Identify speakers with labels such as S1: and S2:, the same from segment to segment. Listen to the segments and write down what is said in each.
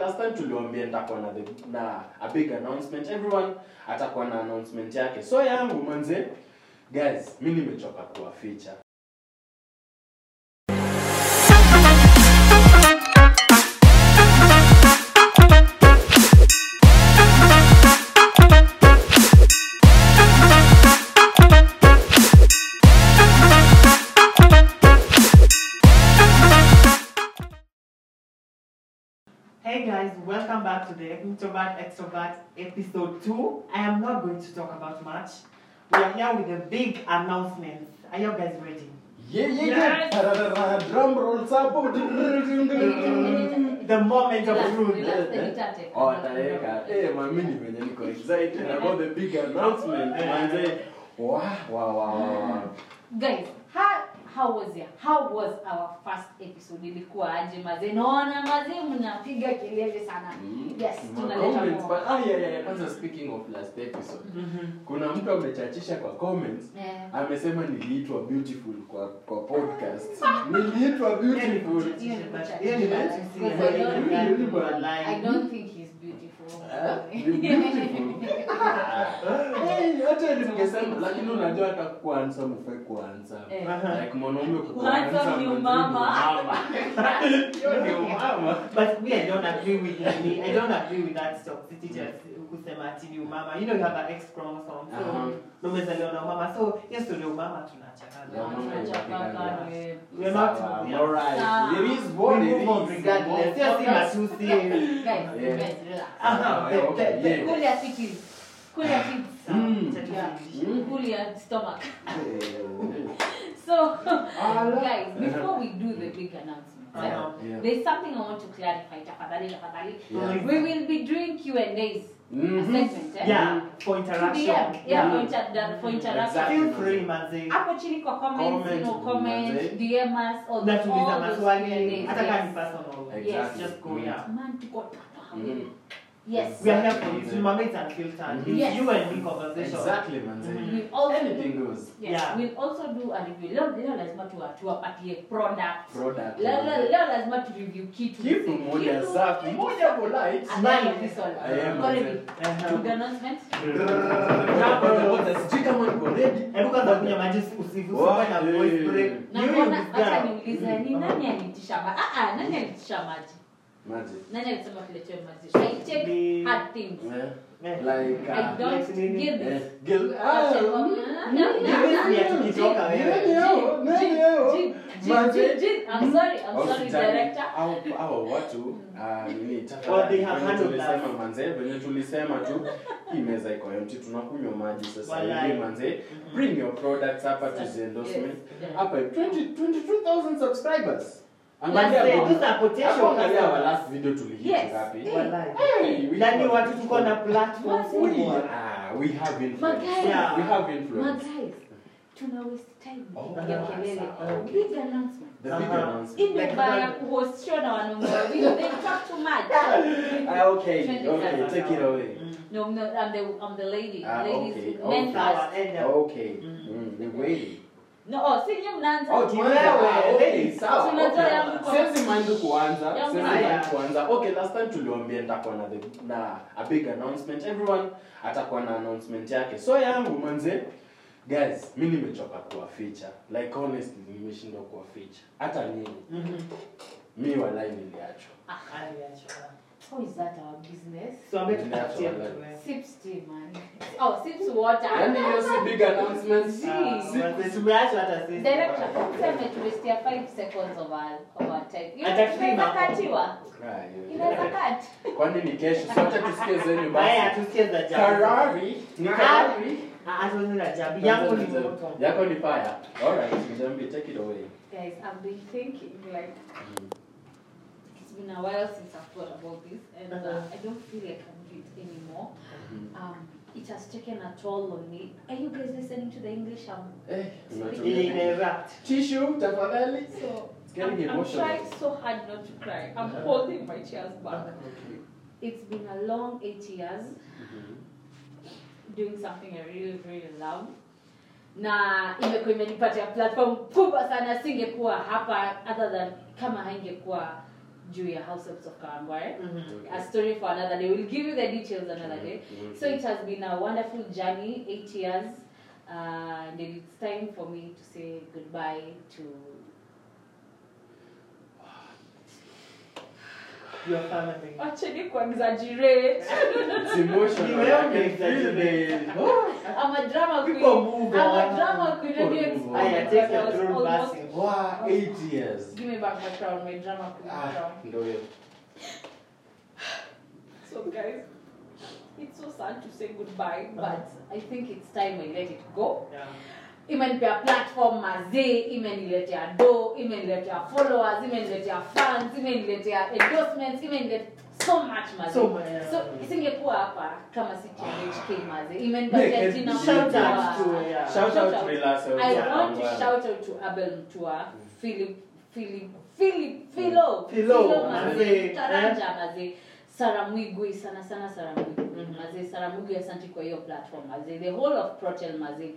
S1: last time tuliwambia nitakuwa na, the- na a big announcement everyone atakuwa na announcement yake so yangu manze guys mi nimechoka kuwaficha
S2: Hey guys, welcome back to the Introvert Extrovert episode 2. I am not going to talk about much. We are here with a big announcement. Are you guys ready?
S1: Yeah, yeah, yeah.
S3: Yes.
S1: Tararara, drum rolls hapo.
S2: The moment of truth.
S1: Oh, ataweka. Eh, mami ni venye niko excited about the big announcement. Manze. Wow, wow, wow, wow.
S3: guys how, how was ya how was our first episode ilikuwa aje mazee naona mazee mnapiga kelele sana yes
S1: Hmm. Ma-
S3: tunaleta
S1: Mm. comments,
S3: more.
S1: but- ah, yeah, yeah, yeah. Kwanza speaking of last episode. Kuna mtu amechachisha kwa comments.
S3: Eh.
S1: Amesema niliitwa beautiful kwa kwa podcast. Niliitwa beautiful.
S2: Yeah, but-
S3: Yeah,
S2: yeah,
S1: yeah.
S2: but-
S3: I don't think he's beautiful.
S1: Eh? Ni beautiful. Eh, hata ningesema lakini unajua hata kuwa handsome hufai kuwa handsome.
S3: Eh.
S2: Uh-huh.
S1: Like mwanaume kuwa
S3: Handsome
S1: handsome
S3: ni
S1: ni
S3: umama.
S1: umama. Hiyo ni umama.
S2: But we, I don't agree with me. I don't agree with that toxicity. just kusema ati ni umama. You know you have an X chromosome. So,
S1: Uh-huh.
S2: ndio umezaliwa na umama. So, yes, ndio umama tunachangana.
S1: Yeah, mama
S3: Tunachapaka, eh,
S2: We're not
S1: Sawa,
S2: yeah.
S1: alright.
S3: Sawa.
S1: It is
S2: We
S1: what it
S2: move on
S1: is.
S2: regardless. Yes, Uh-huh. see matusi.
S3: guys,
S1: Yeah.
S3: guys, relax.
S2: Aha,
S1: Ah, Okay,
S2: the- the-
S1: yeah.
S3: Cool your titties. Cool your
S2: Hmm.
S3: tits.
S1: Mm.
S3: um, Yeah.
S1: Mm.
S3: Cool your stomach.
S1: Eh,
S3: So,
S1: Ala.
S3: guys, before we do the big announcement,
S2: Uh-huh.
S1: Uh-huh. Yeah.
S3: there's something I want to clarify. Tafadhali, tafadhali.
S1: Yeah.
S3: We will be doing Q and A's.
S1: Mhm.
S3: Assessment, eh?
S2: Yeah, for
S3: Yeah,
S2: interaction.
S3: yeah, for
S1: Mm.
S3: inter- for interaction.
S1: Exactly.
S2: Feel free, manzi.
S3: Hapo chini kwa comments, you know,
S1: Comment,
S3: comments,
S1: manze.
S3: DM us on
S2: Na tuuliza
S3: all those Q and
S2: maswali
S3: A's.
S2: hata kama ni
S3: Yes.
S2: personal.
S1: Exactly.
S2: Just go yeah.
S3: Man, tuko hapa.
S1: Mm.
S3: Yes.
S2: We are here for you. Remember it's unfiltered. It's
S3: Yes.
S2: you and me conversation.
S1: Exactly, manze.
S2: Mhm.
S3: We'll also
S1: Mm-hmm. Anything
S3: do,
S1: goes.
S3: yes,
S2: Yeah.
S3: we'll also do a review. Leo leo lazima tuwa- tuwapatie product.
S1: Product.
S3: Leo leo- leo lazima tu review kitu.
S1: Kitu moja
S3: Kitu-
S1: safi, moja polite.
S3: And then of this all.
S1: Yeah, man.
S3: Already.
S2: Uh-huh.
S3: Big announcement.
S1: Brrrr. Sijui kama niko ready.
S2: Hebu kwanza kunywa maji usi- usi- usikuwe na
S1: Wow, eh.
S2: voice break.
S3: Na
S2: You
S3: mbona-
S2: will be
S3: acha
S2: down.
S3: niulize, ni nani alitisha ma- Ah, ah, nani alitisha maji?
S1: Imagine.
S3: Nani alisema tuletewe maji? I
S2: Me.
S3: take hard things.
S1: Eh,
S2: Eh.
S1: like,
S3: I
S1: uh,
S3: don't
S2: Like nini?
S3: give
S1: eh,
S3: this. Oh,
S1: girl-
S3: Acha
S1: ah,
S3: kwa-
S2: Mimi si atikitoka
S1: Nani
S2: wewe.
S1: hao? Nani
S3: Jin,
S1: hao?
S3: Jin, Jin,
S1: Manze.
S3: Jin, Jin. I'm sorry, I'm
S1: Au
S3: sorry,
S1: sitaki-
S3: director.
S1: au- au watu ah, nini, taka-
S2: Well, they have
S1: venye
S2: handled
S1: tulisema
S2: that.
S1: manze venye tulisema tu hii meza iko empty tunakunywa maji sasa
S2: Walai.
S1: hivi manze
S2: Mm-hmm.
S1: bring your products hapa to the endorsement
S3: Yes.
S1: hapa 20 22000 subscribers
S2: Manze,
S1: angalia
S2: these are potential
S1: hapo angalia
S2: customers.
S1: our last video tulihit
S3: Yes.
S1: ngapi
S2: Walai.
S1: Hey, we-
S2: Na ni watu tuko na platform
S1: we,
S2: kubwa.
S1: ah, we have influence
S3: Magai.
S2: Yeah.
S1: we have
S3: Ma
S1: influence
S3: guys, tuna waste time
S1: Oh,
S3: kupiga
S1: ah,
S3: kelele.
S1: sawa.
S3: Big announcement.
S1: the big
S2: Aha.
S3: Hii
S1: announcement
S3: ndio
S2: Like
S3: baya
S2: that.
S3: kuhostishwa na wanaume wawili. They talk too much.
S1: ah, okay
S3: Twenty
S1: okay
S3: thousand.
S1: take it away
S2: Mm.
S3: No, no, I'm the I'm the lady.
S1: Ah,
S3: Ladies,
S1: okay,
S3: men
S1: okay.
S2: Sawa,
S3: first.
S2: enda.
S1: okay
S2: Mm.
S1: mm, the way
S3: No, oh, si nyinyi mnaanza.
S1: Oh, tuanze. Ah, okay, sawa,
S3: Tunatoa
S1: okay.
S3: yangu kwa-
S1: Siwezi mind kuanza,
S3: Yangu
S1: siwezi
S2: haya.
S1: mind kuanza. Okay, last time tuliwaambia nitakuwa na the- na a big announcement. Everyone atakuwa na announcement yake. So yangu manze, guys, mi nimechoka kuwaficha. Like honestly, nimeshindwa kuwaficha. Hata nyinyi.
S2: Mhm.
S1: Mi walai niliachwa.
S2: Aliachwa.
S3: How is that our business?
S2: So, ambaye tutapatia
S1: Walai.
S2: mtu, eh.
S3: Sips tea, man. Oh, sips water.
S1: Yaani hiyo si big announcement.
S3: Si.
S2: Ah, manze, tumeachwa hata sisi.
S3: Director, useme tumestia 5 seconds of our of our time. Hiyo
S2: Ataklima.
S3: inaweza katiwa.
S1: Ah, hiyo-
S3: Inaweza kati.
S1: Kwani ni kesho? Sote tusikie zenyu
S2: Haya,
S1: basi.
S2: hatusikia za jabu.
S1: Karari, ni karari.
S2: Ah, hatusikia za jabu. Yangu ni moto.
S1: Yako ni fire. All right, Njambi, take it away.
S3: Guys, I've been thinking like
S1: Mm-hmm.
S3: it's been a while since I've thought about this, and uh, I don't feel like I can do it anymore. Um, it has taken a toll on me. Are you guys listening to the English? Um,
S1: Eh,
S2: Ile
S1: unatumia-
S2: ina erupt.
S1: Tissue, tafadhali.
S3: so
S1: It's
S3: I'm,
S1: getting
S3: I'm
S1: emotional.
S3: trying so hard not to cry. I'm holding my tears back. It's been a long eight years doing something I really really love. na imekuwa imenipatia platform kubwa sana singekuwa hapa other than kama haingekuwa juu ya households of Kawangware.
S2: Mhm.
S1: Okay.
S3: A story for another day. We'll give you the details another day.
S1: Okay.
S3: So it has been a wonderful journey, eight years, uh, and it's time for me to say goodbye to
S2: Your family.
S3: actually kuexaggerate.
S1: It's emotional.
S2: You
S1: I
S2: help
S1: can
S2: me
S1: feel the. Oh,
S3: I'm a drama queen.
S2: People move
S3: I'm
S2: on.
S3: a drama queen. Have you
S1: People move on.
S2: Aya,
S1: Yeah,
S3: experienced
S2: take
S3: that? I
S2: your
S3: was
S2: throne
S3: almost-
S2: blessing.
S1: wow, eight years.
S3: Give me back my crown, my drama queen
S1: Ah,
S3: crown.
S1: ndio hiyo.
S3: So guys, it's so sad to say goodbye, but I think it's time I let it go.
S2: Yeah.
S3: imenipea platform mazee imeniletea do imeniletea followers imeniletea fans imeniletea endorsements imeniletea so much mazee
S2: So much, yeah.
S3: so isingekuwa hapa kama si TMHK mazee
S1: Yeah,
S3: imenipatia jina
S1: yeah.
S2: Shout
S3: kubwa.
S2: out to, yeah.
S1: Shout
S3: Shout
S1: out
S3: out.
S1: Rila Sauti
S3: I
S1: ya
S3: want to
S1: Kawangware.
S3: shout out to Abel Mtua, Philip, Philip, Philip, Philo,
S2: Philo, eh?
S3: Mazee,
S2: Mazee,
S3: Taranja Mazee, Sarah Mwigwi, sana sana mm, Sarah Mwigwi,
S2: Mhm.
S3: Mazee, Sarah Mwigwi, asante kwa hiyo platform Mazee, the whole of Protel Mazee.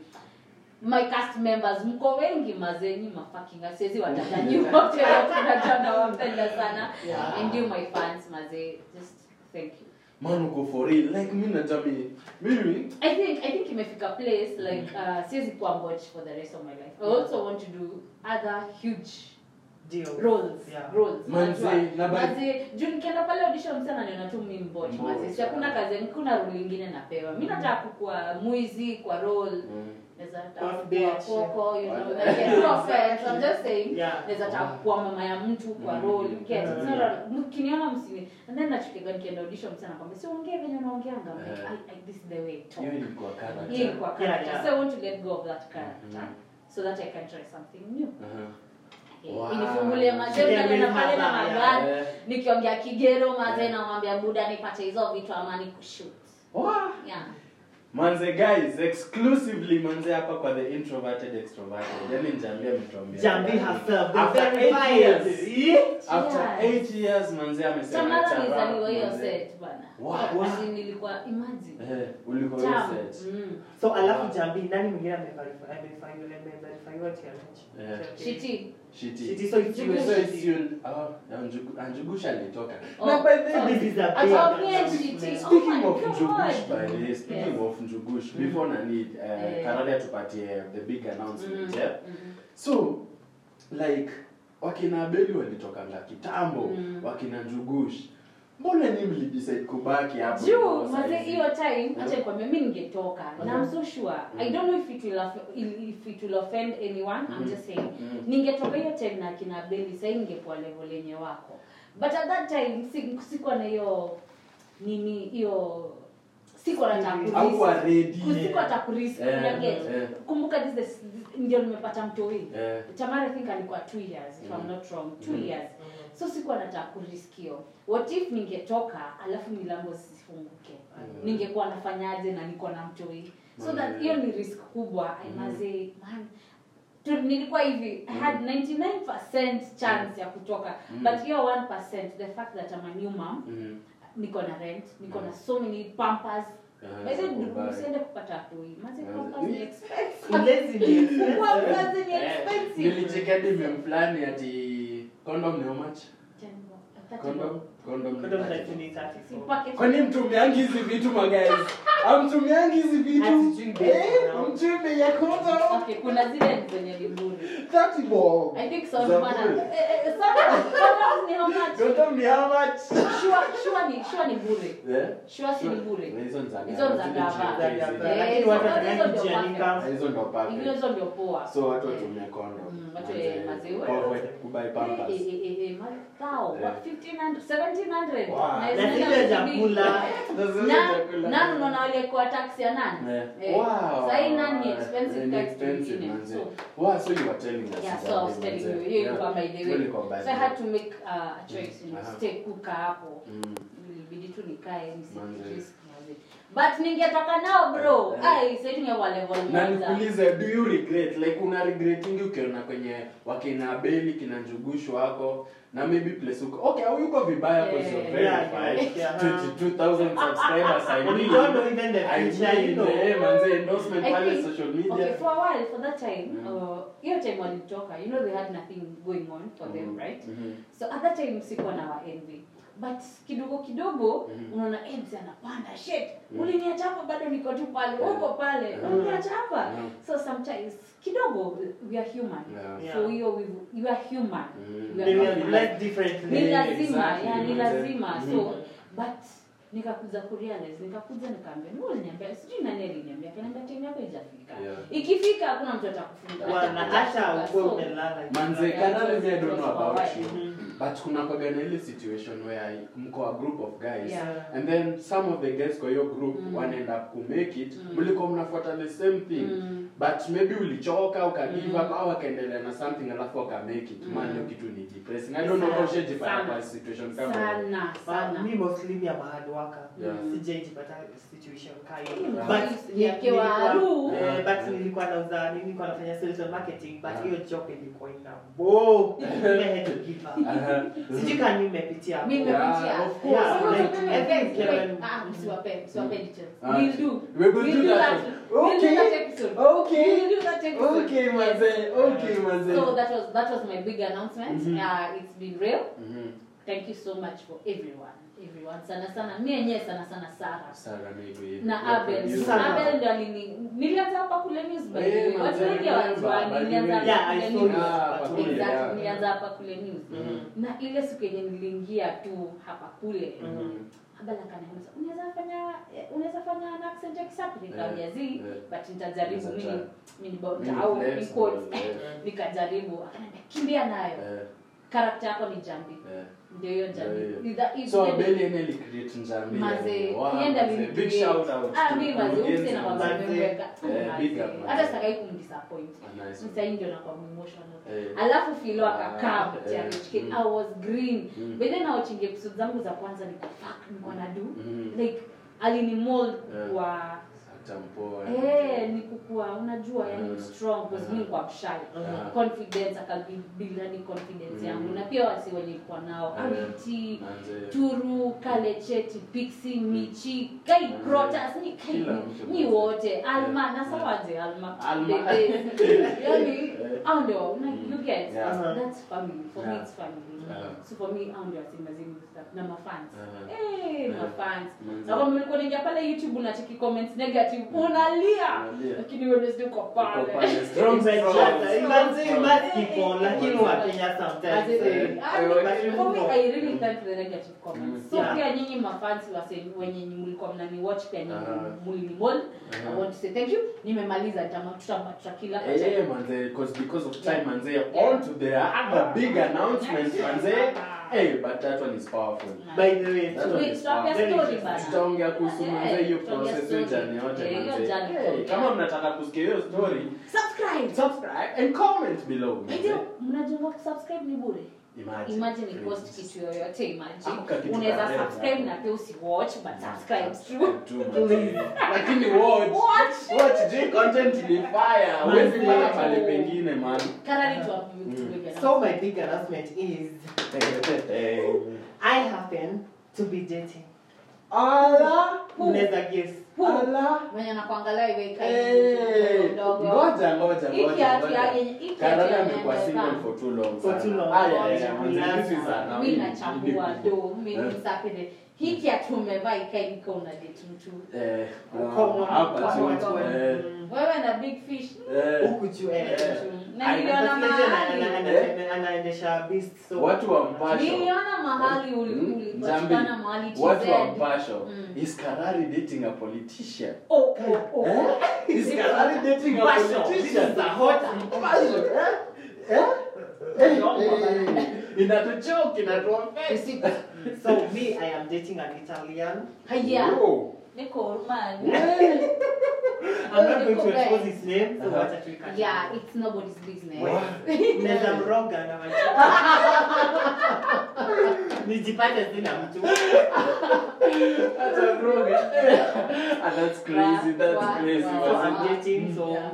S3: My cast members mko wengi mazee, nyi mafakinga, siwezi wataja nyi wote, tunajua nawapenda sana
S2: Yeah.
S3: and you my fans mazee, just thank you.
S1: Man uko for real. Like mi najami. Mimi
S3: I think I think imefika place like uh, siwezi kuwa watch for the rest of my life. I also want to do other huge
S2: Deal.
S3: roles
S2: Yeah.
S3: roles.
S1: Manzi,
S3: Unajua,
S1: na ba-
S3: manzi, juu nikienda pale audition msana niona tu mi mbot
S1: Mbot,
S3: manzi, si hakuna kazi, hakuna role ingine napewa. Mi nataka kukuwa mwizi kwa role
S1: Mm.
S3: naweza taka
S2: Half
S3: kukuwa
S2: bitch.
S3: koko, you know,
S1: Yeah.
S3: like, no offense, I'm just saying.
S2: Yeah.
S3: Naweza taka kukuwa mama ya mtu kwa
S1: Mm.
S3: role, you get it? It's not
S2: Yeah.
S3: a- mkiniona msini and then nachukika nikienda audition msana kwamba si ongee venye unaongeanga I'm like,
S1: Yeah.
S3: I- I- this is the way I talk
S1: hiyo ilikuwa character.
S3: yeah, kwa character.
S2: Yeah, yeah.
S3: So I want to let go of that character
S1: Mhm.
S3: so that I can try something new.
S1: Uh-huh.
S3: Okay.
S1: Wow.
S3: Inifungulie macho yangu,
S2: Yeah,
S3: naenda
S2: yeah,
S3: pale na
S2: yeah.
S3: magari.
S1: Eh,
S3: Nikiongea kigero mazee
S1: Yeah.
S3: namwambia buda nipate hizo vitu ama nikushoot.
S1: wah.
S3: Yeah.
S1: manze guys exclusively manze hapa kwa the introverted extroverted yani njambia mtuambia
S2: Jambi herself, the
S1: After
S2: very
S1: eight
S2: fires.
S1: years.
S2: Yeah.
S1: after
S3: Yes.
S1: 8 years manze amesema
S3: Tamara
S1: cha rap,
S3: nizaliwa hiyo
S1: manze.
S3: set bana.
S1: Wow.
S3: Asi nilikuwa imagine.
S1: eh ulikuwa hiyo
S3: Jam.
S1: set
S3: Mm.
S2: So alafu jambi nani mwingine ameverify ameverify ameverify yote ya mechi.
S1: Yeah.
S2: Okay.
S3: Shiti.
S1: shiti
S2: Shiti, so it's you,
S1: So
S2: so it's
S1: it's
S2: you.
S1: you- ah, Anjugu- anjugusha alitoka
S3: Oh.
S1: na by the
S3: Oh.
S1: way
S2: This is a big.
S3: Atawaambia shiti. Oh my
S1: Speaking of Njugush, by the way,
S3: God.
S1: speaking
S3: Yes.
S1: of Njugush, before
S2: Mm.
S1: Nani, uh,
S3: Eh.
S1: Kanadia tupatie the big announcement,
S3: Mm.
S1: yeah?
S3: Mm.
S1: So, like, wakina Beli walitokanga kitambo,
S3: Mm.
S1: wakina Njugush. Mbona nyinyi mlidecide kubaki hapo?
S3: juu
S1: hivyo
S3: maze
S1: saizi?
S3: hiyo time
S1: Mhm.
S3: acha nikwambia mi ningetoka na I'm
S1: Mm-hmm.
S3: so sure i don't know if it will, aff- if it will offend anyone i'm
S1: Mhm.
S3: just saying
S1: Mhm.
S3: ningetoka hiyo time na kina beli sahii ningekuwa level yenye wako but at that time si- sikuwa na hiyo nini hiyo sikuwa na
S2: Au
S1: Hakuwa
S3: takurisk
S1: ready.
S3: sikuwa takurisk
S1: Eh,
S3: unaget
S1: eh.
S3: kumbuka this is- this- ndio nimepata mtoi
S1: Eh,
S3: tamara i think alikuwa two years if I'm
S1: Mhm.
S3: not wrong two
S1: Mhm.
S3: years so sikuwa nataka kuriskio what if ningetoka alafu milango sifunguke
S1: Mm.
S3: ningekuwa nafanyaje na niko na mtoi so that
S1: Mm.
S3: hiyo ni risk kubwa
S1: Mm.
S3: imazee man tu- nilikuwa hivi I had 99 chance ya kutoka
S1: Mm.
S3: but hiyo 1 the fact that I'm a new mom
S1: mhm.
S3: niko na rent niko na
S1: Mm.
S3: so many pampers
S1: Eh,
S3: Mazee,
S1: kubali.
S3: usiende kupata tui mazee
S1: Mazee.
S3: pampers ni
S2: Laziness.
S3: pampers ni
S1: Mm. Eh,
S3: expensive
S1: nilicheka hadi meme fulani ati condom ni how much? Condom- condom ni
S2: Kutoka
S1: thirty.
S2: 1934.
S3: Packet
S1: kwani mtumiangi hizi vitu magazi amtumiangi hizi
S2: Hatujui
S1: vitu
S2: bei
S1: Eh,
S2: now.
S1: mtume ya kondo
S3: Okay, kuna zile ni zenye viburi.
S1: 30 bob
S3: I think
S1: Za
S3: so bana.
S1: bure.
S3: Eh, eh, sorry, sorry, ni how much?
S1: Condom ni how much
S3: Sure, sure ni sure ni bure.
S1: Eh?
S3: Sure si ni
S1: Na
S3: bure.
S1: hizo ni za
S3: Hizo ni za
S1: gava,
S3: gava.
S1: zile
S2: Za
S1: GK
S2: gava.
S1: zile.
S2: Lakini
S3: Eh,
S2: watu
S3: so
S2: wanaenda
S3: hizo ndio
S2: kujianika.
S1: Na hizo ndo
S3: Ingine
S1: perfect.
S3: hizo ndio poa.
S1: so watu
S3: Eh,
S1: watumia kondo
S3: Mm, watu ya maziwa.
S1: kubai
S3: eh, eh, eh, eh, ma- tao,
S1: Eh.
S3: what, 1500, 1700?
S1: Wow.
S3: Na
S2: Na
S3: hizo
S2: zile
S3: za
S2: chakula.
S3: Na- nani unaona wale kwa taxi ya nani? Eh, sahi nani ni expensive taxi nyingine. So, Yeah, so I was telling you, hiyo ilikuwa by the way. Mm. So I had to make uh, a choice, you know,
S1: Aha.
S3: stay kuka hapo. Ilibidi tu nikae
S1: Manze.
S3: nisipitisi But ningetoka nao bro.
S1: Eh, eh.
S3: Ai, sasa tungekuwa level
S1: na
S3: moja.
S1: nikuulize do you regret like una regretingi ukiona kwenye wakina beli kina njugushu wako na maybe place uko okay au yuko vibaya
S3: Yeah,
S1: because you're
S3: yeah,
S2: yeah,
S1: verified
S2: yeah.
S1: 22000 subscribers i
S2: And you
S1: mean
S2: don't know even the
S1: I
S2: future, you
S1: mean
S2: know.
S1: eh manze endorsement
S3: I
S1: pale
S3: think-
S1: social
S3: Okay,
S1: media
S3: for a while, for that time,
S1: Mm.
S3: uh, hiyo time walitoka, you know they had nothing going on for them,
S1: Mhm.
S3: right?
S1: Mhm.
S3: So at that time sikuwa na wa envy. But kidogo kidogo
S1: Mhm.
S3: unaona envy anapanda shit.
S1: Mhm.
S3: Uliniachapa bado niko tu pale,
S1: Yeah.
S3: uko pale.
S1: Yeah.
S3: Uliniachapa.
S1: Yeah.
S3: So sometimes kidogo we are human.
S1: Yeah.
S2: Yeah.
S3: So hiyo we- you are human.
S1: Mhm.
S3: You
S2: They
S3: are
S2: were
S3: human.
S2: blessed
S3: ni
S2: differently.
S1: Yeah.
S3: lazima
S1: Exactly,
S3: yeah, ni
S1: manze.
S3: lazima so
S1: Mhm.
S3: but nikakuja kurealize nikakuja nikaambia "No, uliniambia sijui nani aliniambia kaniambia time yako haijafika
S1: Yeah.
S3: ikifika hakuna mtu atakufunga
S2: Wana hata ukwe umelala.
S1: manze
S3: Yeah,
S1: kadhalika i don't
S3: so-
S1: know about
S3: so-
S1: you
S2: Mhm.
S1: but kuna kwagana ile situation where mko a group of guys
S3: Yeah.
S1: and then some of the guys kwa hiyo group
S3: Mm.
S1: one end up kumake it
S3: Mm.
S1: mliko mnafuata the same thing
S3: Mm.
S1: but maybe ulichoka ukagive
S3: Mm.
S1: up au akaendelea na something alafu wakamake it
S3: Mm.
S1: man hiyo kitu ni depressing i don't know
S3: Sana,
S1: how she jipata
S3: sana.
S1: kwa situation kama hiyo.
S3: sana
S2: But
S3: sana
S2: me mostly me am a hard worker.
S1: Yeah.
S2: sijaijipata situation kayo
S3: Mm.
S2: but
S3: Yes,
S2: ni-
S3: yakiwa
S2: nilikuwa-
S3: haru.
S2: eh, but
S1: Yeah.
S2: nilikuwa nauza nilikuwa nafanya sales and marketing but
S1: Yeah.
S2: hiyo job ilikuwa ina bo I had to give up
S1: Aha.
S2: sijui kani mmepitia hapo.
S3: Mimi
S1: Yeah,
S3: nimepitia.
S1: of course.
S3: Yeah, so
S2: Like,
S3: mimi-
S2: every
S3: wait,
S2: girl-
S3: ah, msiwape- msiwape details.
S1: Mm. Ah,
S3: We'll do.
S1: we will
S3: We'll
S1: do
S3: do
S1: that.
S3: that. We'll do that
S1: Okay.
S3: episode.
S1: Okay.
S3: We'll do that episode.
S1: okay manze okay manze
S3: So that was that was my big announcement.
S1: Mhm.
S3: Uh, it's been real.
S1: Mhm.
S3: Thank you so much for everyone. Everyone. Sana sana. Mimi yenyewe sana sana Sarah.
S1: Sarah maybe
S3: na Abel.
S2: Sana.
S3: Abel ndo alini nilianza hapa kule news by the
S1: Eh,
S3: way. Watu
S1: manze,
S3: wengi hawajua
S1: remember,
S3: nilianza
S1: by the
S2: Yeah,
S3: hapa
S2: I
S3: kule
S2: saw
S3: news.
S2: you.
S1: Ah,
S2: But-
S1: pamoja. Yeah.
S3: Exactly, nilianza hapa kule news.
S2: Mhm.
S3: Na ile siku yenye niliingia tu hapa kule.
S1: Mhm.
S3: Abel akaniambia unaweza fanya eh, unaweza fanya na accent ya Kisapri
S1: Yeah,
S3: nikawambia zi
S1: yeah.
S3: but nitajaribu
S1: Unaweza
S3: mimi
S1: try.
S3: mimi
S1: Mimi
S3: nibota au
S1: flex,
S3: ni quotes.
S1: yeah.
S3: nikajaribu akaniambia kimbia nayo
S1: Eh,
S3: karakta yako ni jambi
S1: eh.
S3: ndio hiyo
S1: Ndio
S3: jambi
S1: hiyo.
S3: That is
S1: So
S3: the-
S1: Abel yeye alicreate Njambi.
S3: Maze,
S1: yani. Wow,
S3: yenda
S1: maze.
S3: alinigreat.
S1: Big shout out.
S3: Ah,
S1: to
S3: mi maze,
S1: Mkurugenzi
S3: mse na
S1: wa
S3: mama
S1: Maze.
S2: Maze.
S3: ameweka.
S1: Eh,
S3: Maze.
S1: big up, Maze.
S3: hata sitakai kumdisappoint
S1: Ah, nice.
S3: msahii ndio nakuwa emotional
S1: Eh.
S3: alafu filo akakaa
S1: Ah,
S3: mtia
S1: eh,
S3: kichikini.
S1: mm.
S3: i was green
S1: Mm.
S3: bedhe naochingi episode zangu za kwanza niko fuck niko na do
S1: Mm.
S3: like alinimold
S1: Eh.
S3: kwa
S1: Hata mpoa.
S3: eh ni kukua unajua yani
S1: Mm.
S3: strong because
S1: Mm.
S3: mimi kwa mshai
S1: Mm.
S3: confidence akabilani confidence
S1: Mm.
S3: yangu na pia wasi wenye nilikuwa nao
S1: Mm.
S3: amiti
S1: Manze.
S3: turu kalecheti pixi michi kai
S1: Mm.
S3: crotas ni kai
S1: Kila mtu.
S3: ni wote alma
S1: Yeah.
S3: na sawaje alma
S1: Alma.
S3: yani
S1: Eh.
S3: au ndio una-
S1: Mm.
S3: you get
S1: Yeah.
S3: that's family for me
S1: Yeah.
S3: it's family
S1: Yeah.
S3: so for me au ndio asimazini na mafans
S1: Uh-huh.
S3: eh
S1: Yeah.
S3: mafans
S1: Manze.
S3: na kama ulikuwa unaingia pale youtube unacheki comments negative
S1: Mm.
S3: unalia
S1: Unalia.
S3: lakini wewe ndio uko
S1: Uko
S3: pale
S1: pale. Strong, strong.
S2: Imagine- imagine people, lakini wa Kenya
S3: As
S2: sometimes,
S3: in,
S2: eh.
S1: eh,
S3: I
S2: eh,
S3: mean, for me,
S2: eh,
S3: I really thank the negative comments.
S1: Mm.
S3: So
S2: Yeah.
S3: pia nyinyi mafansi wase- wenye ni- mlikuwa mnaniwatch pia ni-
S1: Ah.
S3: mlinimold. I
S1: Ah.
S3: want to say thank you. Nimemaliza tama- tuta- tutakila
S1: Eh,
S3: pacha.
S1: yeah, manze, 'cause- because of time manze on to the other big announcement manze hey but that one is powerful
S2: By the way,
S1: That
S2: too,
S1: one
S3: Wait,
S1: is
S3: tutaongea
S1: powerful.
S3: story bana.
S1: tutaongea kuhusu
S3: Eh,
S1: manze hiyo
S3: tutaongea
S1: process hiyo
S3: story.
S1: journey yote
S3: Eh, hiyo Mm.
S1: manze
S3: journey
S1: Hey,
S3: tutaongea.
S1: kama mnataka kusikia hiyo story
S3: Subscribe.
S1: subscribe and comment below
S3: By the way, mnajua kusubscribe ni bure.
S1: imagine
S3: Imagine
S1: Please.
S3: ipost kitu yoyote
S1: Hapo ka
S3: imagine.
S1: kitu
S3: Unaweza
S1: kadhaa.
S3: subscribe na pia usiwatch but subscribe through.
S1: Subscribe tu, manze. lakini watch
S3: Watch.
S1: watch G content ni fire
S2: Manze.
S1: Huwezi pata pale pengine man
S3: Karari tu hapo YouTube
S1: Mm.
S3: video.
S2: So my big announcement is
S1: Eh.
S2: I happen to be dating.
S1: Ala
S3: Who?
S2: Unaweza guess.
S3: Who?
S1: ala
S3: Mwenye anakuangalia iwe ikai
S1: Eh,
S3: mdogo.
S1: ngoja ngoja
S3: Hiki
S1: ngoja,
S3: hatu ya-
S1: ngoja
S3: hiki hatu
S1: Karara
S3: ya
S1: amekuwa
S3: nenda
S1: single
S3: sana.
S1: for too long
S2: For too
S1: sana.
S2: long.
S1: Aya, aya,
S2: Yeah.
S1: manze, this is an-
S3: mi nachambua
S1: big-
S3: do mi
S1: Eh.
S3: nisafiri hiki hatu umevaa ikai iko una date mtu
S1: Eh,
S2: Come
S1: wow,
S2: on,
S1: hapa
S2: come on,
S1: tu,
S2: come on.
S1: eh,
S2: Mm.
S3: wewe na big fish
S1: eh,
S2: Huku juu, eh.
S1: Eh.
S3: na niliona
S2: But legend ana- ana-
S3: mahali
S2: ana- anaendesha beast, so-
S1: Watu wa mpasho.
S3: niliona mahali
S1: Mm, Jambi,
S3: ulipatikana mahali
S1: watu wa
S3: TZ.
S1: mpasho
S3: Mm.
S1: is karari dating a politician
S3: Oh, oh, oh.
S1: Eh? is karari dating a
S2: Mpasho, this
S1: politician
S2: is the hot
S1: Mpasho, eh? Eh? Eh, eh, inatuchoka inatuombea
S3: Isi-
S2: So me, I am dating an Italian.
S3: Haya,
S1: Wow.
S3: niko huruma.
S1: Eh?
S2: I'm not going to
S3: Okay.
S2: expose his name, so
S1: Oh, Uh-huh.
S2: what are you catching?
S3: Yeah, it's nobody's business.
S2: Naweza mroga na maji. Nijipate sina mtu.
S1: Hata mroga. Ah, that's crazy, that's
S3: Wow,
S1: crazy,
S3: wow,
S2: So
S1: man.
S3: wow.
S2: I'm dating, so
S3: Yeah.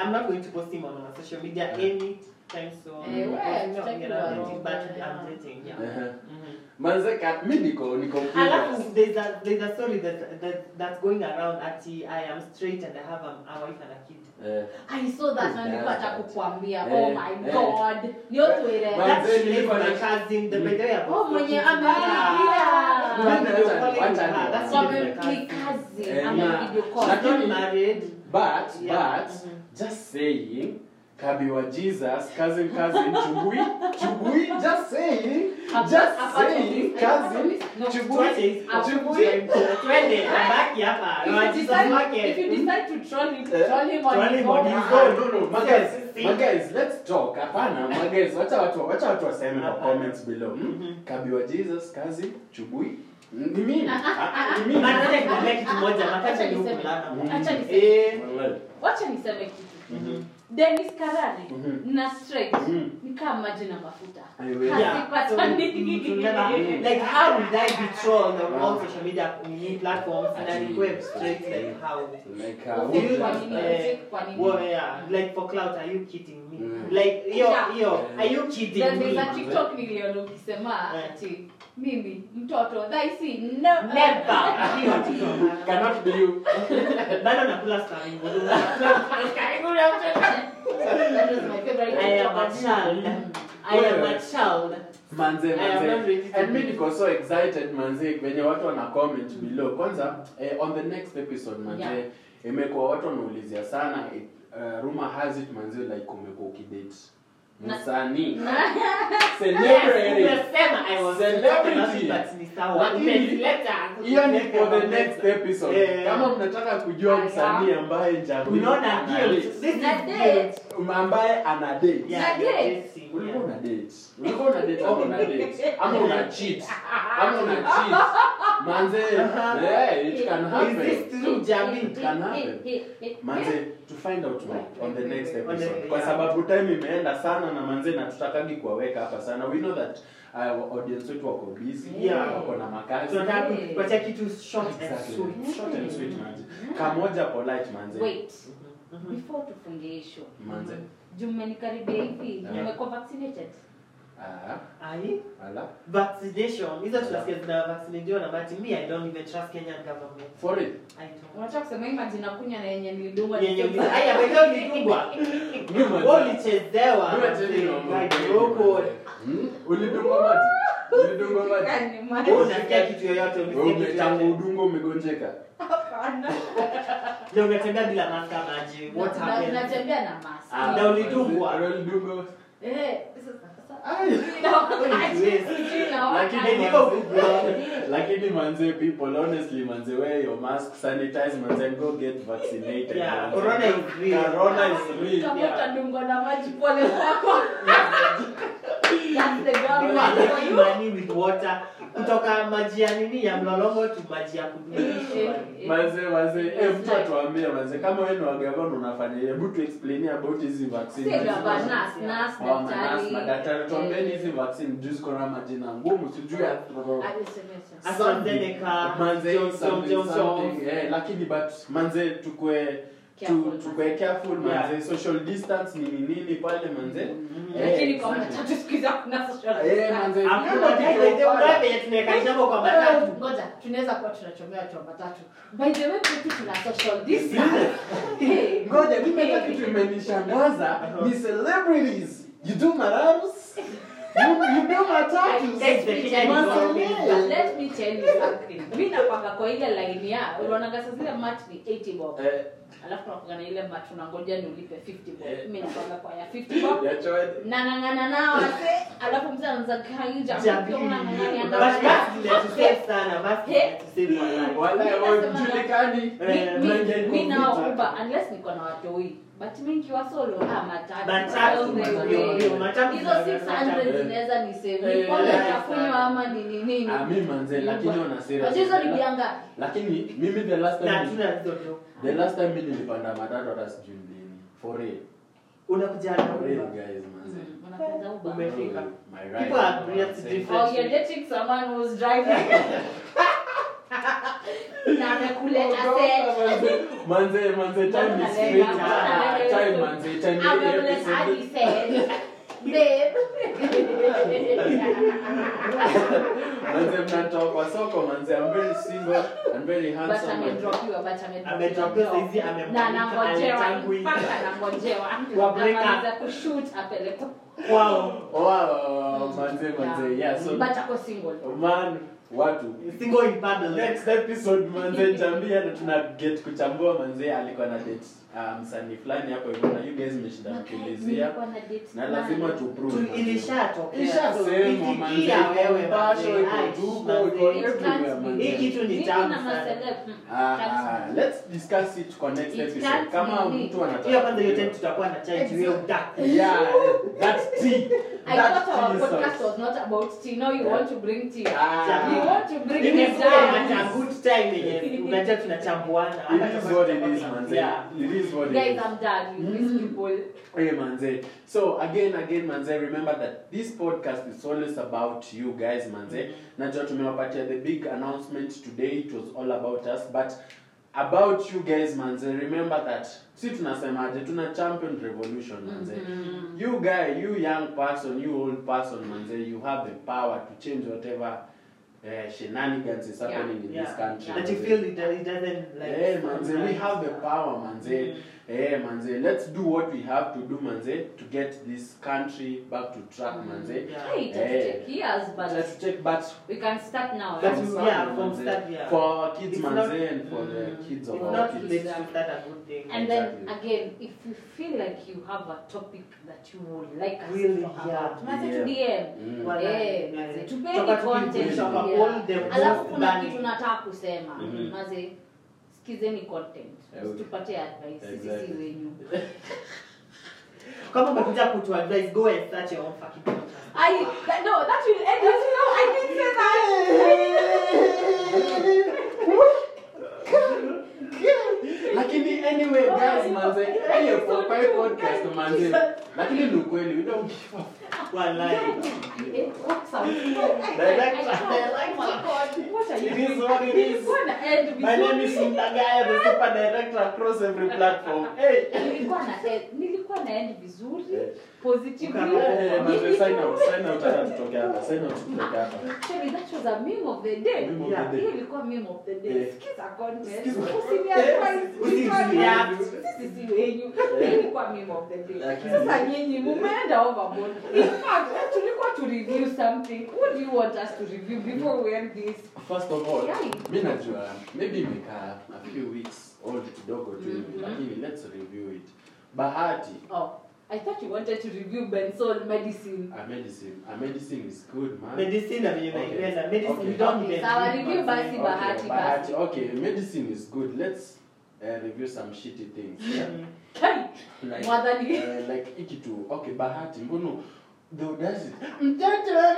S2: I'm not going to post him on our social media any Thanks so.
S3: Eh,
S2: Mm.
S3: wewe,
S2: Not
S3: thank
S2: yet
S3: you,
S2: I'm
S3: Aroma,
S2: dating, but
S3: yeah.
S2: I'm dating, yeah.
S1: Ehe.
S2: Mhm.
S1: manze ka- mi niko niko curious.
S2: Alafu there's a there's a story that that that's going around ati I am straight and I have a, a wife and a kid.
S1: Eh.
S3: I saw that na nilikuwa nataka kukuambia oh
S1: Eh,
S3: my
S1: eh.
S3: god hiyo
S1: Manze,
S3: tuelewe
S2: That she is
S1: nilikuwa
S2: my
S1: na-
S2: cousin. The
S1: Mm.
S2: by the way, I was
S3: Oh, mwenye
S2: talking to-
S3: ameniambia.
S2: Ah,
S1: Wacha-
S2: video
S1: wacha-
S2: calling with
S1: wacha-
S2: her. That's
S1: wacha-
S2: really my cousin.
S3: wamemkikazi
S1: Ah. Eh,
S3: ama
S1: na-
S3: video
S1: na-
S3: call
S2: She's been married.
S1: but
S2: Yeah.
S1: but
S2: Mhm.
S1: just saying kabi wa jesus cousin cousin chugui chugui just saying
S3: Hapa-
S1: just
S3: hapa
S1: saying
S3: tulipi-
S1: cousin
S3: No,
S1: chugui
S2: Twende,
S3: Ah,
S1: chugui
S2: twende, abaki hapa. No,
S3: If you
S2: Jesus
S3: decide-
S2: market.
S3: if you decide to troll him,
S1: Eh?
S3: troll him on
S2: Mm-hmm. Troll
S3: his
S2: him on
S3: own.
S2: his
S1: Ah, no, no, my guys,
S2: Yes, see.
S1: my guys, let's talk. Hapana, my guys, wacha watu wacha watu waseme kwa comments below. Mm?
S2: Mhm.
S1: Kabi wa Jesus, kazi, chugui. Ni mimi. Ah, Ni mimi.
S2: Bana, wacha nikwambie kitu moja, makacha ni huku
S3: Niseme-
S2: mlana.
S3: acha niseme-
S2: Eh,
S1: Wallahi.
S3: wacha niseme kitu
S2: Mm-hmm.
S1: Mhm.
S3: denis karani
S1: Mhm.
S3: na straight
S1: Mhm.
S3: ni kama maji na mafuta
S1: Aiwe.
S2: Yeah. So, mm,
S3: Hazipataniki.
S2: you never- like how would I be trolled on all social media mm, platforms and I request straight like how?
S1: Like uh,
S3: Ufiki
S1: who
S2: you-
S3: kwa
S1: does
S3: nini?
S1: that?
S2: eh,
S3: Ufiki kwa nini?
S2: Well, yeah, like for clout, are you kidding me?
S1: Mm.
S2: Like yo
S3: Yeah.
S2: yo, are you
S3: Then
S2: kidding me?
S3: there's a tiktok niliona ukisema
S2: Eh.
S3: ati mimi mtoto dhaisi no.
S2: Never. Hiyo TikTok.
S1: Cannot be you.
S2: Bado nakula sari.
S3: That was my favorite
S2: I am a
S3: TikTok.
S2: child. I am a child.
S1: Manze,
S2: I am not ready
S1: manze.
S2: to
S1: And me
S2: be-
S1: niko so excited manze venye watu wana comment below. Kwanza eh, on the next episode manze
S3: Yeah.
S1: imekuwa watu wanaulizia sana eh, uh, rumor has it manze like umekuwa ukidate msanii celebrity.
S2: Umesema I was
S1: Celebrity.
S2: but ni sawa.
S1: Lakini-
S2: Umeleta.
S1: Hiyo ni
S2: uh,
S1: for the next episode.
S2: Eh.
S1: Kama mnataka kujua
S3: I am-
S1: msanii ambaye jamaa
S2: Unaona guilt. This is
S3: Na
S2: guilt.
S3: date.
S1: ambaye ana date.
S2: Yeah,
S3: Na date.
S2: guilty, yeah.
S1: ulikuwa una date ulikuwa una date ama una date ama una cheat ama una cheat manze yeah it can
S2: Is
S1: happen
S2: this true, Jamie?
S1: Can happen.
S3: Eh, eh,
S1: manze to find out more on the next
S2: On
S1: episode
S2: the-
S1: kwa sababu time imeenda sana na manze na tutakagi kuwaweka hapa sana we know that our audience wetu wako busy
S2: Yeah.
S1: wako na makazi
S2: Tunataka kupatia kitu short and
S1: Exactly.
S2: sweet.
S1: Short and sweet manze kamoja polite manze
S3: wait
S2: Mhm.
S3: before tufunge hii show
S1: manze Eh.
S3: jumenikaribia hivi
S1: Yeah.
S3: nimekuwa vaccinated
S1: ah
S2: Aye.
S1: ala
S2: Vaccination. Hizo tunasikia zina vaccination na but me I don't even trust Kenyan government.
S1: for it
S2: I don't.
S3: unataka kusema hii maji nakunywa na yenye nilidungwa
S2: Yenye uli- Aya, by the way, ulidungwa.
S1: Mimi manze-
S2: Ulichezewa.
S1: Wewe tena ni mambo
S2: Like,
S1: gani,
S2: huko.
S1: manze? Hmm? ulidungwa maji ulidungwa maji
S3: Yaani, maji.
S2: Wewe unasikia kitu yoyote
S1: Wewe
S2: ulisikia kitu
S1: umetanga
S2: yoyote.
S1: udungo umegonjeka
S3: Hapana.
S2: Na unatembea bila mask ama aje. What
S3: Na-
S2: happened?
S3: natembea na mask.
S2: Ah. Na ulidungwa.
S1: Na ulidungwa.
S3: Eh, sasa- sasa-
S1: Ai.
S3: Inaokaje?
S2: Wewe ni
S3: Sijui inaokaje.
S1: Lakini manze- lakini manze people honestly manze wear your mask sanitize manze and go get vaccinated
S2: Yeah,
S1: manze.
S2: corona is real.
S1: corona is real
S3: Kama utadungwa na maji pole kwako. That's the government for you.
S2: Imani with water kutoka maji ya nini ya mlolongo tu maji ya kudumisha.
S1: manze manze eh mtu atuambie manze kama wewe ni wa gavana unafanya hiyo hebu tu explain about hizi vaccine
S3: Sio governors, nurse,
S1: Oh, manas,
S3: daktari.
S1: madaktari tuambieni
S3: Eh.
S1: hizi vaccine juice kuna majina ngumu sijui ya-
S3: Aje semesha.
S2: AstraZeneca,
S1: Manze,
S2: Johnson
S1: something,
S2: Johnson.
S1: something, eh, lakini but manze tukue
S3: Careful,
S1: tu- tukue careful manze
S2: Yeah.
S1: social distance ni nini pale manze
S3: Mm.
S1: Eh,
S3: Lakini kwa
S1: exactly.
S3: matatu siku hizi hakuna social
S1: Eh,
S3: distance.
S1: manze,
S2: Hakuna kitu yote unaye tunaweka jambo kwa matatu.
S3: ngoja tunaweza kuwa tunachomea watu wa matatu by the way kwetu tuna social distance.
S1: ngoja mimi hata kitu imenishangaza
S2: Uh-huh.
S1: ni celebrities you do mararus you, you do matatus
S2: That's the thing I
S1: Manze,
S2: don't
S1: yeah.
S3: Let me tell you something. mi nakwanga kwa ile laini ya unaonaga saa zile match ni 80 bob
S1: Eh,
S3: alafu nakwanga na ile match unangoja ni ulipe 50
S1: Eh.
S3: bob mi nakwanga kwa ya 50 bob
S1: ya choed.
S3: nang'ang'ana nao wase alafu mzee anaanza kaiuja
S2: Jamii. But mask inatusave sana, mask inatusave our life.
S1: Wala,
S3: Mimi
S1: oh,
S3: nasema-
S1: julikani
S2: Eh,
S1: mlango
S3: mi nao
S1: iko
S3: uba unless niko na watoi but mi nkiwa solo ah, matatu.
S2: Matatu,
S3: All the
S1: ndio,
S3: way.
S1: ndio,
S2: matatu
S3: hizo
S2: zinaweza
S3: 600
S1: matatu.
S3: zinaweza ni
S1: Eh,
S3: save pole
S1: yeah,
S3: itakunywa
S2: sana.
S3: ama ni ni nini
S1: Ah, mi manze lakini ona serious.
S3: Wajua hizo ni bianga
S1: lakini mimi the last
S2: Na
S1: time
S2: hatuna hizo ndio.
S1: the last time mimi nilipanda matatu hata sijui lini for real
S2: Unakuja na
S1: for real
S2: Uber.
S1: guys manze
S3: Mm, unapenda Uber.
S2: Ume- Umefika.
S1: Oh, my right.
S2: People are weird
S1: Manze.
S2: different.
S3: Oh, you're dating someone who's driving. Na amekuleta set.
S1: Oh, manze manze time is
S3: Mbona
S1: great.
S3: nalega? Mbona
S1: Ah,
S3: nalega? Ah,
S1: time manze time
S3: Amekuleta
S1: every
S3: hadi set. babe.
S1: manze mnatoka soko manze i'm very single i'm very
S3: But
S1: handsome manze.
S3: amedropiwa, but amedropiwa.
S2: Amedropiwa saizi, amemwita,
S3: Na anangojewa,
S2: ametangui.
S3: in fact anangojewa.
S2: Wa break up.
S3: Amaliza kushoot apelekwe.
S2: Wow.
S1: wow Oh, manze manze yeah so
S3: But ako single.
S1: man watu
S2: Single in paddle.
S1: next episode manze jambia na tuna get kuchambua manze alikuwa na date ah, msanii fulani hapo hivyo na you guys mmeshinda mkilizia
S3: Nilikuwa na date
S1: na
S3: na-
S1: lazima tu prove
S2: Tu-
S1: manze.
S2: Ilishatoka.
S1: Ishasemwa, manze,
S2: Ikifikia
S1: iko
S2: wewe,
S1: mpasho,
S2: manze.
S1: iko
S2: Ai,
S1: tuko, iko
S2: manze.
S1: everywhere, manze.
S2: Hii kitu ni
S3: Mimi
S2: tamu
S3: na
S2: sana.
S3: maseleb, mm,
S1: Ah, ah,
S3: tamu sana.
S1: let's discuss it kwa next
S3: It
S1: episode
S3: can't
S1: kama
S3: be.
S1: mtu anataka
S2: Hiyo kwanza yote
S1: kujua.
S2: tutakuwa na chai juu ya udaku.
S1: yeah that's tea
S3: I
S1: That's
S3: thought our
S1: tea
S3: podcast
S1: sauce.
S3: was not about tea. Now you want to bring tea.
S1: Ah,
S3: You want to bring
S2: Mimi
S3: it
S2: sikuwa na
S3: down.
S2: good time yenye unajua tunachambuana. Hata
S1: it is
S2: kama
S1: what it
S2: tutakuwa
S1: is manze
S2: tunaongea.
S1: it is what it
S3: Guys,
S1: is
S3: I'm done with
S2: Mm.
S3: these people.
S1: Hey manze. So again, again manze, remember that this podcast is always about you guys manze.
S2: Mm-hmm.
S1: Najua tumewapatia the big announcement today, it was all about us, but about you guys manze, remember that si tunasemaje, tuna champion revolution manze.
S2: Mm-hmm.
S3: Mm-hmm.
S1: You guy, you young person, you old person manze, you have the power to change whatever uh, shenanigans is happening in this
S2: Yeah.
S1: country.
S2: That you
S1: manze.
S2: feel it, it doesn't like.
S1: Eh, manze, we have the power, manze.
S2: Mm.
S1: Eh, manze, let's do what we have to do, manze, to get this country back to track, manze.
S2: Yeah.
S3: Hey, it
S1: Eh.
S3: has take years,
S1: Mm. Let's
S3: but
S1: take back
S3: we can start now.
S2: But
S3: eh?
S2: we-
S1: start,
S2: yeah, from
S1: manze.
S2: start, yeah.
S1: For our kids,
S2: It's not-
S1: manze, and for the
S2: Mm.
S1: kids of
S2: It's
S1: our
S2: not late
S1: kids.
S2: to start a good thing.
S3: And then
S1: Exactly.
S3: again, if you feel like you have a topic that you would like us
S2: Really,
S3: to talk
S2: yeah.
S3: about, message
S1: Yeah.
S3: DM.
S1: Mm.
S2: Wala-
S3: Eh, manze,
S2: eh,
S3: tupeni
S2: toka tu
S3: content,
S2: kujulisha
S1: yeah.
S2: all the
S3: alafu
S2: most
S3: kuna
S2: learning.
S3: kitu nataka kusema
S1: Mhm.
S3: maze sikizeni content
S1: Yeah.
S3: situpatie advice sisi si
S1: Exactly.
S3: wenyu
S2: kama umekuja kutu advise go and start your own fucking podcast.
S3: I, that, no, that will end it. No, I didn't say that.
S1: Lakini anyway, guys, manze, hey, for my
S3: Episode two,
S1: podcast,
S3: guys,
S1: manze.
S3: Jesus.
S1: Lakini ni ukweli, we don't give up.
S2: Wallahi.
S3: It works out.
S2: Direct-
S3: I can't.
S2: direct-
S3: Oh my God. What are you
S2: It is
S3: doing?
S2: what it
S3: It's
S2: is.
S3: gonna end
S1: My
S3: before-
S1: name is Mtagaya, the super director across every platform. Hey!
S3: Nilikuwa na end- nilikuwa na end eh, vizuri positively.
S1: Eh, manze, sign out,
S3: Sorry,
S1: sign out, hata tutoke hapa, sign out, tutoke hapa.
S3: that was a meme of the day.
S1: Meme of
S2: Yeah.
S1: the
S3: Hiyo
S1: day.
S3: ilikuwa meme of the
S1: Eh.
S3: day. Sikiza content.
S1: Sikiza.
S3: Usiniadvise,
S2: Usini-
S3: usiniadvise.
S2: usini-
S3: Sisi si wenyu.
S1: Eh.
S3: Ilikuwa meme of the day.
S1: Lakini-
S3: Sasa nyinyi mumeenda overboard. In fact, eh, tulikuwa to review something. What do you want us to review before we end this?
S1: First of all,
S3: Yeah.
S1: mi najua maybe imekaa a few weeks old kidogo tu hivi,
S3: Mhm.
S1: lakini let's review it. Bahati,
S3: Oh, I thought you wanted to review Bensol medicine.
S1: a medicine, a medicine is good, man.
S2: Medicine na venye
S1: Okay.
S2: naipenda. Medicine
S1: Okay.
S2: you don't
S3: Okay,
S2: even
S3: sawa,
S2: need
S3: review
S2: vaccine.
S3: basi
S1: Okay,
S3: Bahati,
S1: Bahati,
S3: basi.
S1: okay, medicine is good. Let's uh, review some shitty things. Yeah?
S2: Mm.
S3: Hey,
S1: Like,
S3: Mwadhani.
S1: eh, like hiki tu. Okay, Bahati, mbono the audacity. Mtoto wa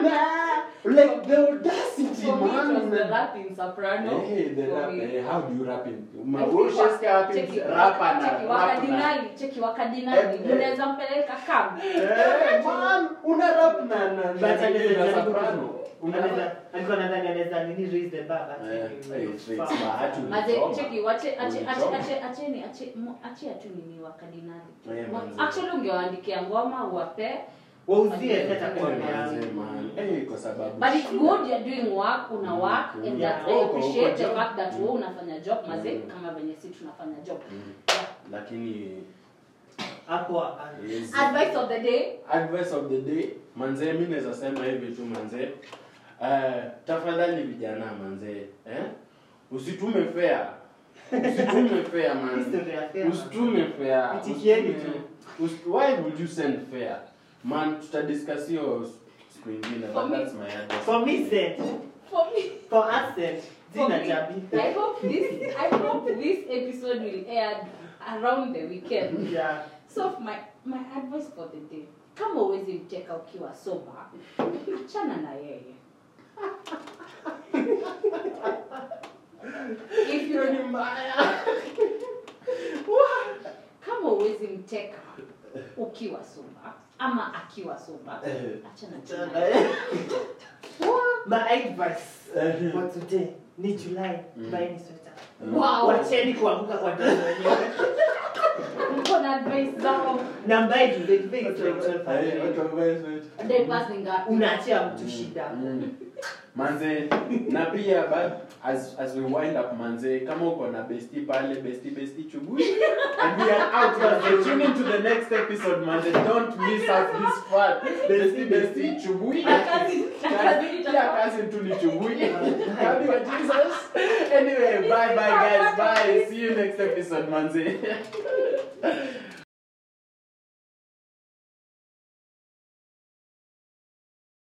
S1: mama. Like the audacity,
S3: For me, it was
S1: man.
S3: the rap in soprano.
S1: Hey, the
S3: For
S1: rap,
S3: me.
S1: eh, how do you rap in?
S3: I think
S1: Mauritius
S3: wa-
S1: rap in
S3: cheki-
S1: rap and
S3: cheki
S1: rap na.
S3: wakadinali, cheki wakadinali,
S1: Eh, eh.
S3: unaweza mpeleka kambi.
S1: Eh, man, una rap na na
S2: But
S1: na
S2: anaweza
S1: na
S2: jaribu
S1: soprano.
S2: ku-
S1: Una
S2: anaweza- alikuwa nadhani anaweza nini raise the bar, but
S1: Eh,
S2: he-
S1: eh, it's- it's
S2: fuck.
S1: Bahati.
S3: Maze,
S1: Ulichoma.
S3: cheki, wache- ache- ache-
S1: Ulichoma.
S3: ache- acheni- ache- mu- achia tu nini wakadinali.
S1: Eh,
S3: Wa-
S1: manze.
S3: Actually ungewaandikia ngoma uwape
S2: Wauzie hata
S1: Eh,
S2: kwa
S1: manze,
S2: mea.
S1: man. Eh, kwa sababu
S3: but it's
S1: shida.
S3: good you're doing work una
S1: Mm,
S3: work and
S2: Yeah.
S3: that I appreciate the
S1: Job.
S3: fact that
S1: Oh, Mm.
S3: wewe unafanya job maze
S1: Mm.
S3: kama venye si tunafanya job
S1: Mm.
S3: Yeah.
S1: Lakini eh,
S2: Hapo hapana.
S1: yes.
S3: advice of the day
S1: advice of the day manzee mi naweza sema hivi tu manzee uh, tafadhali vijana manzee eh? usitume fea usitume fea
S2: History ya fare,
S1: man
S2: man.
S1: usitume fea
S2: Itikieni
S1: Usitume-
S2: tu.
S1: Us- why would you send fea man tutadiscuss hiyo siku ingine
S3: For
S1: but
S3: me-
S1: that's my advice
S2: For me, send.
S3: for me
S2: For us, send.
S3: For
S2: Zina
S3: me,
S2: Jabi.
S3: I hope this I hope this episode will air around the weekend.
S2: Yeah.
S3: So my my advice for the day. Kama uwezi mteka ukiwa sober, achana na yeye. If
S1: Hiyo ni
S3: you,
S1: mbaya
S3: kama uwezi mteka ukiwa sober ama akiwa sober, achana
S1: Achana
S3: tena.
S2: my advice
S1: Mhm.
S2: for today ni July buy sweater.
S3: Wow.
S2: Wacheni kuanguka kwa dada wenyewe.
S3: Niko na advice zao.
S2: Na mbaye tu the thing is like twelve
S1: Aye, watu
S2: hundred.
S1: wamevaa sweat.
S3: Diapers ni ngapi?
S2: Unaachia mtu shida.
S1: Mm. manze na pia ba- as, as we wind up manze kama uko na besti pale besti besti chugui and we are out manze tune into the next episode manze don't miss out this part besti besti chugui
S3: Na kazi- na kazi
S1: pia
S3: nitakuwa-
S1: kazi tu ni chugui Happy wa jesus anyway bye bye guys bye see you next episode manze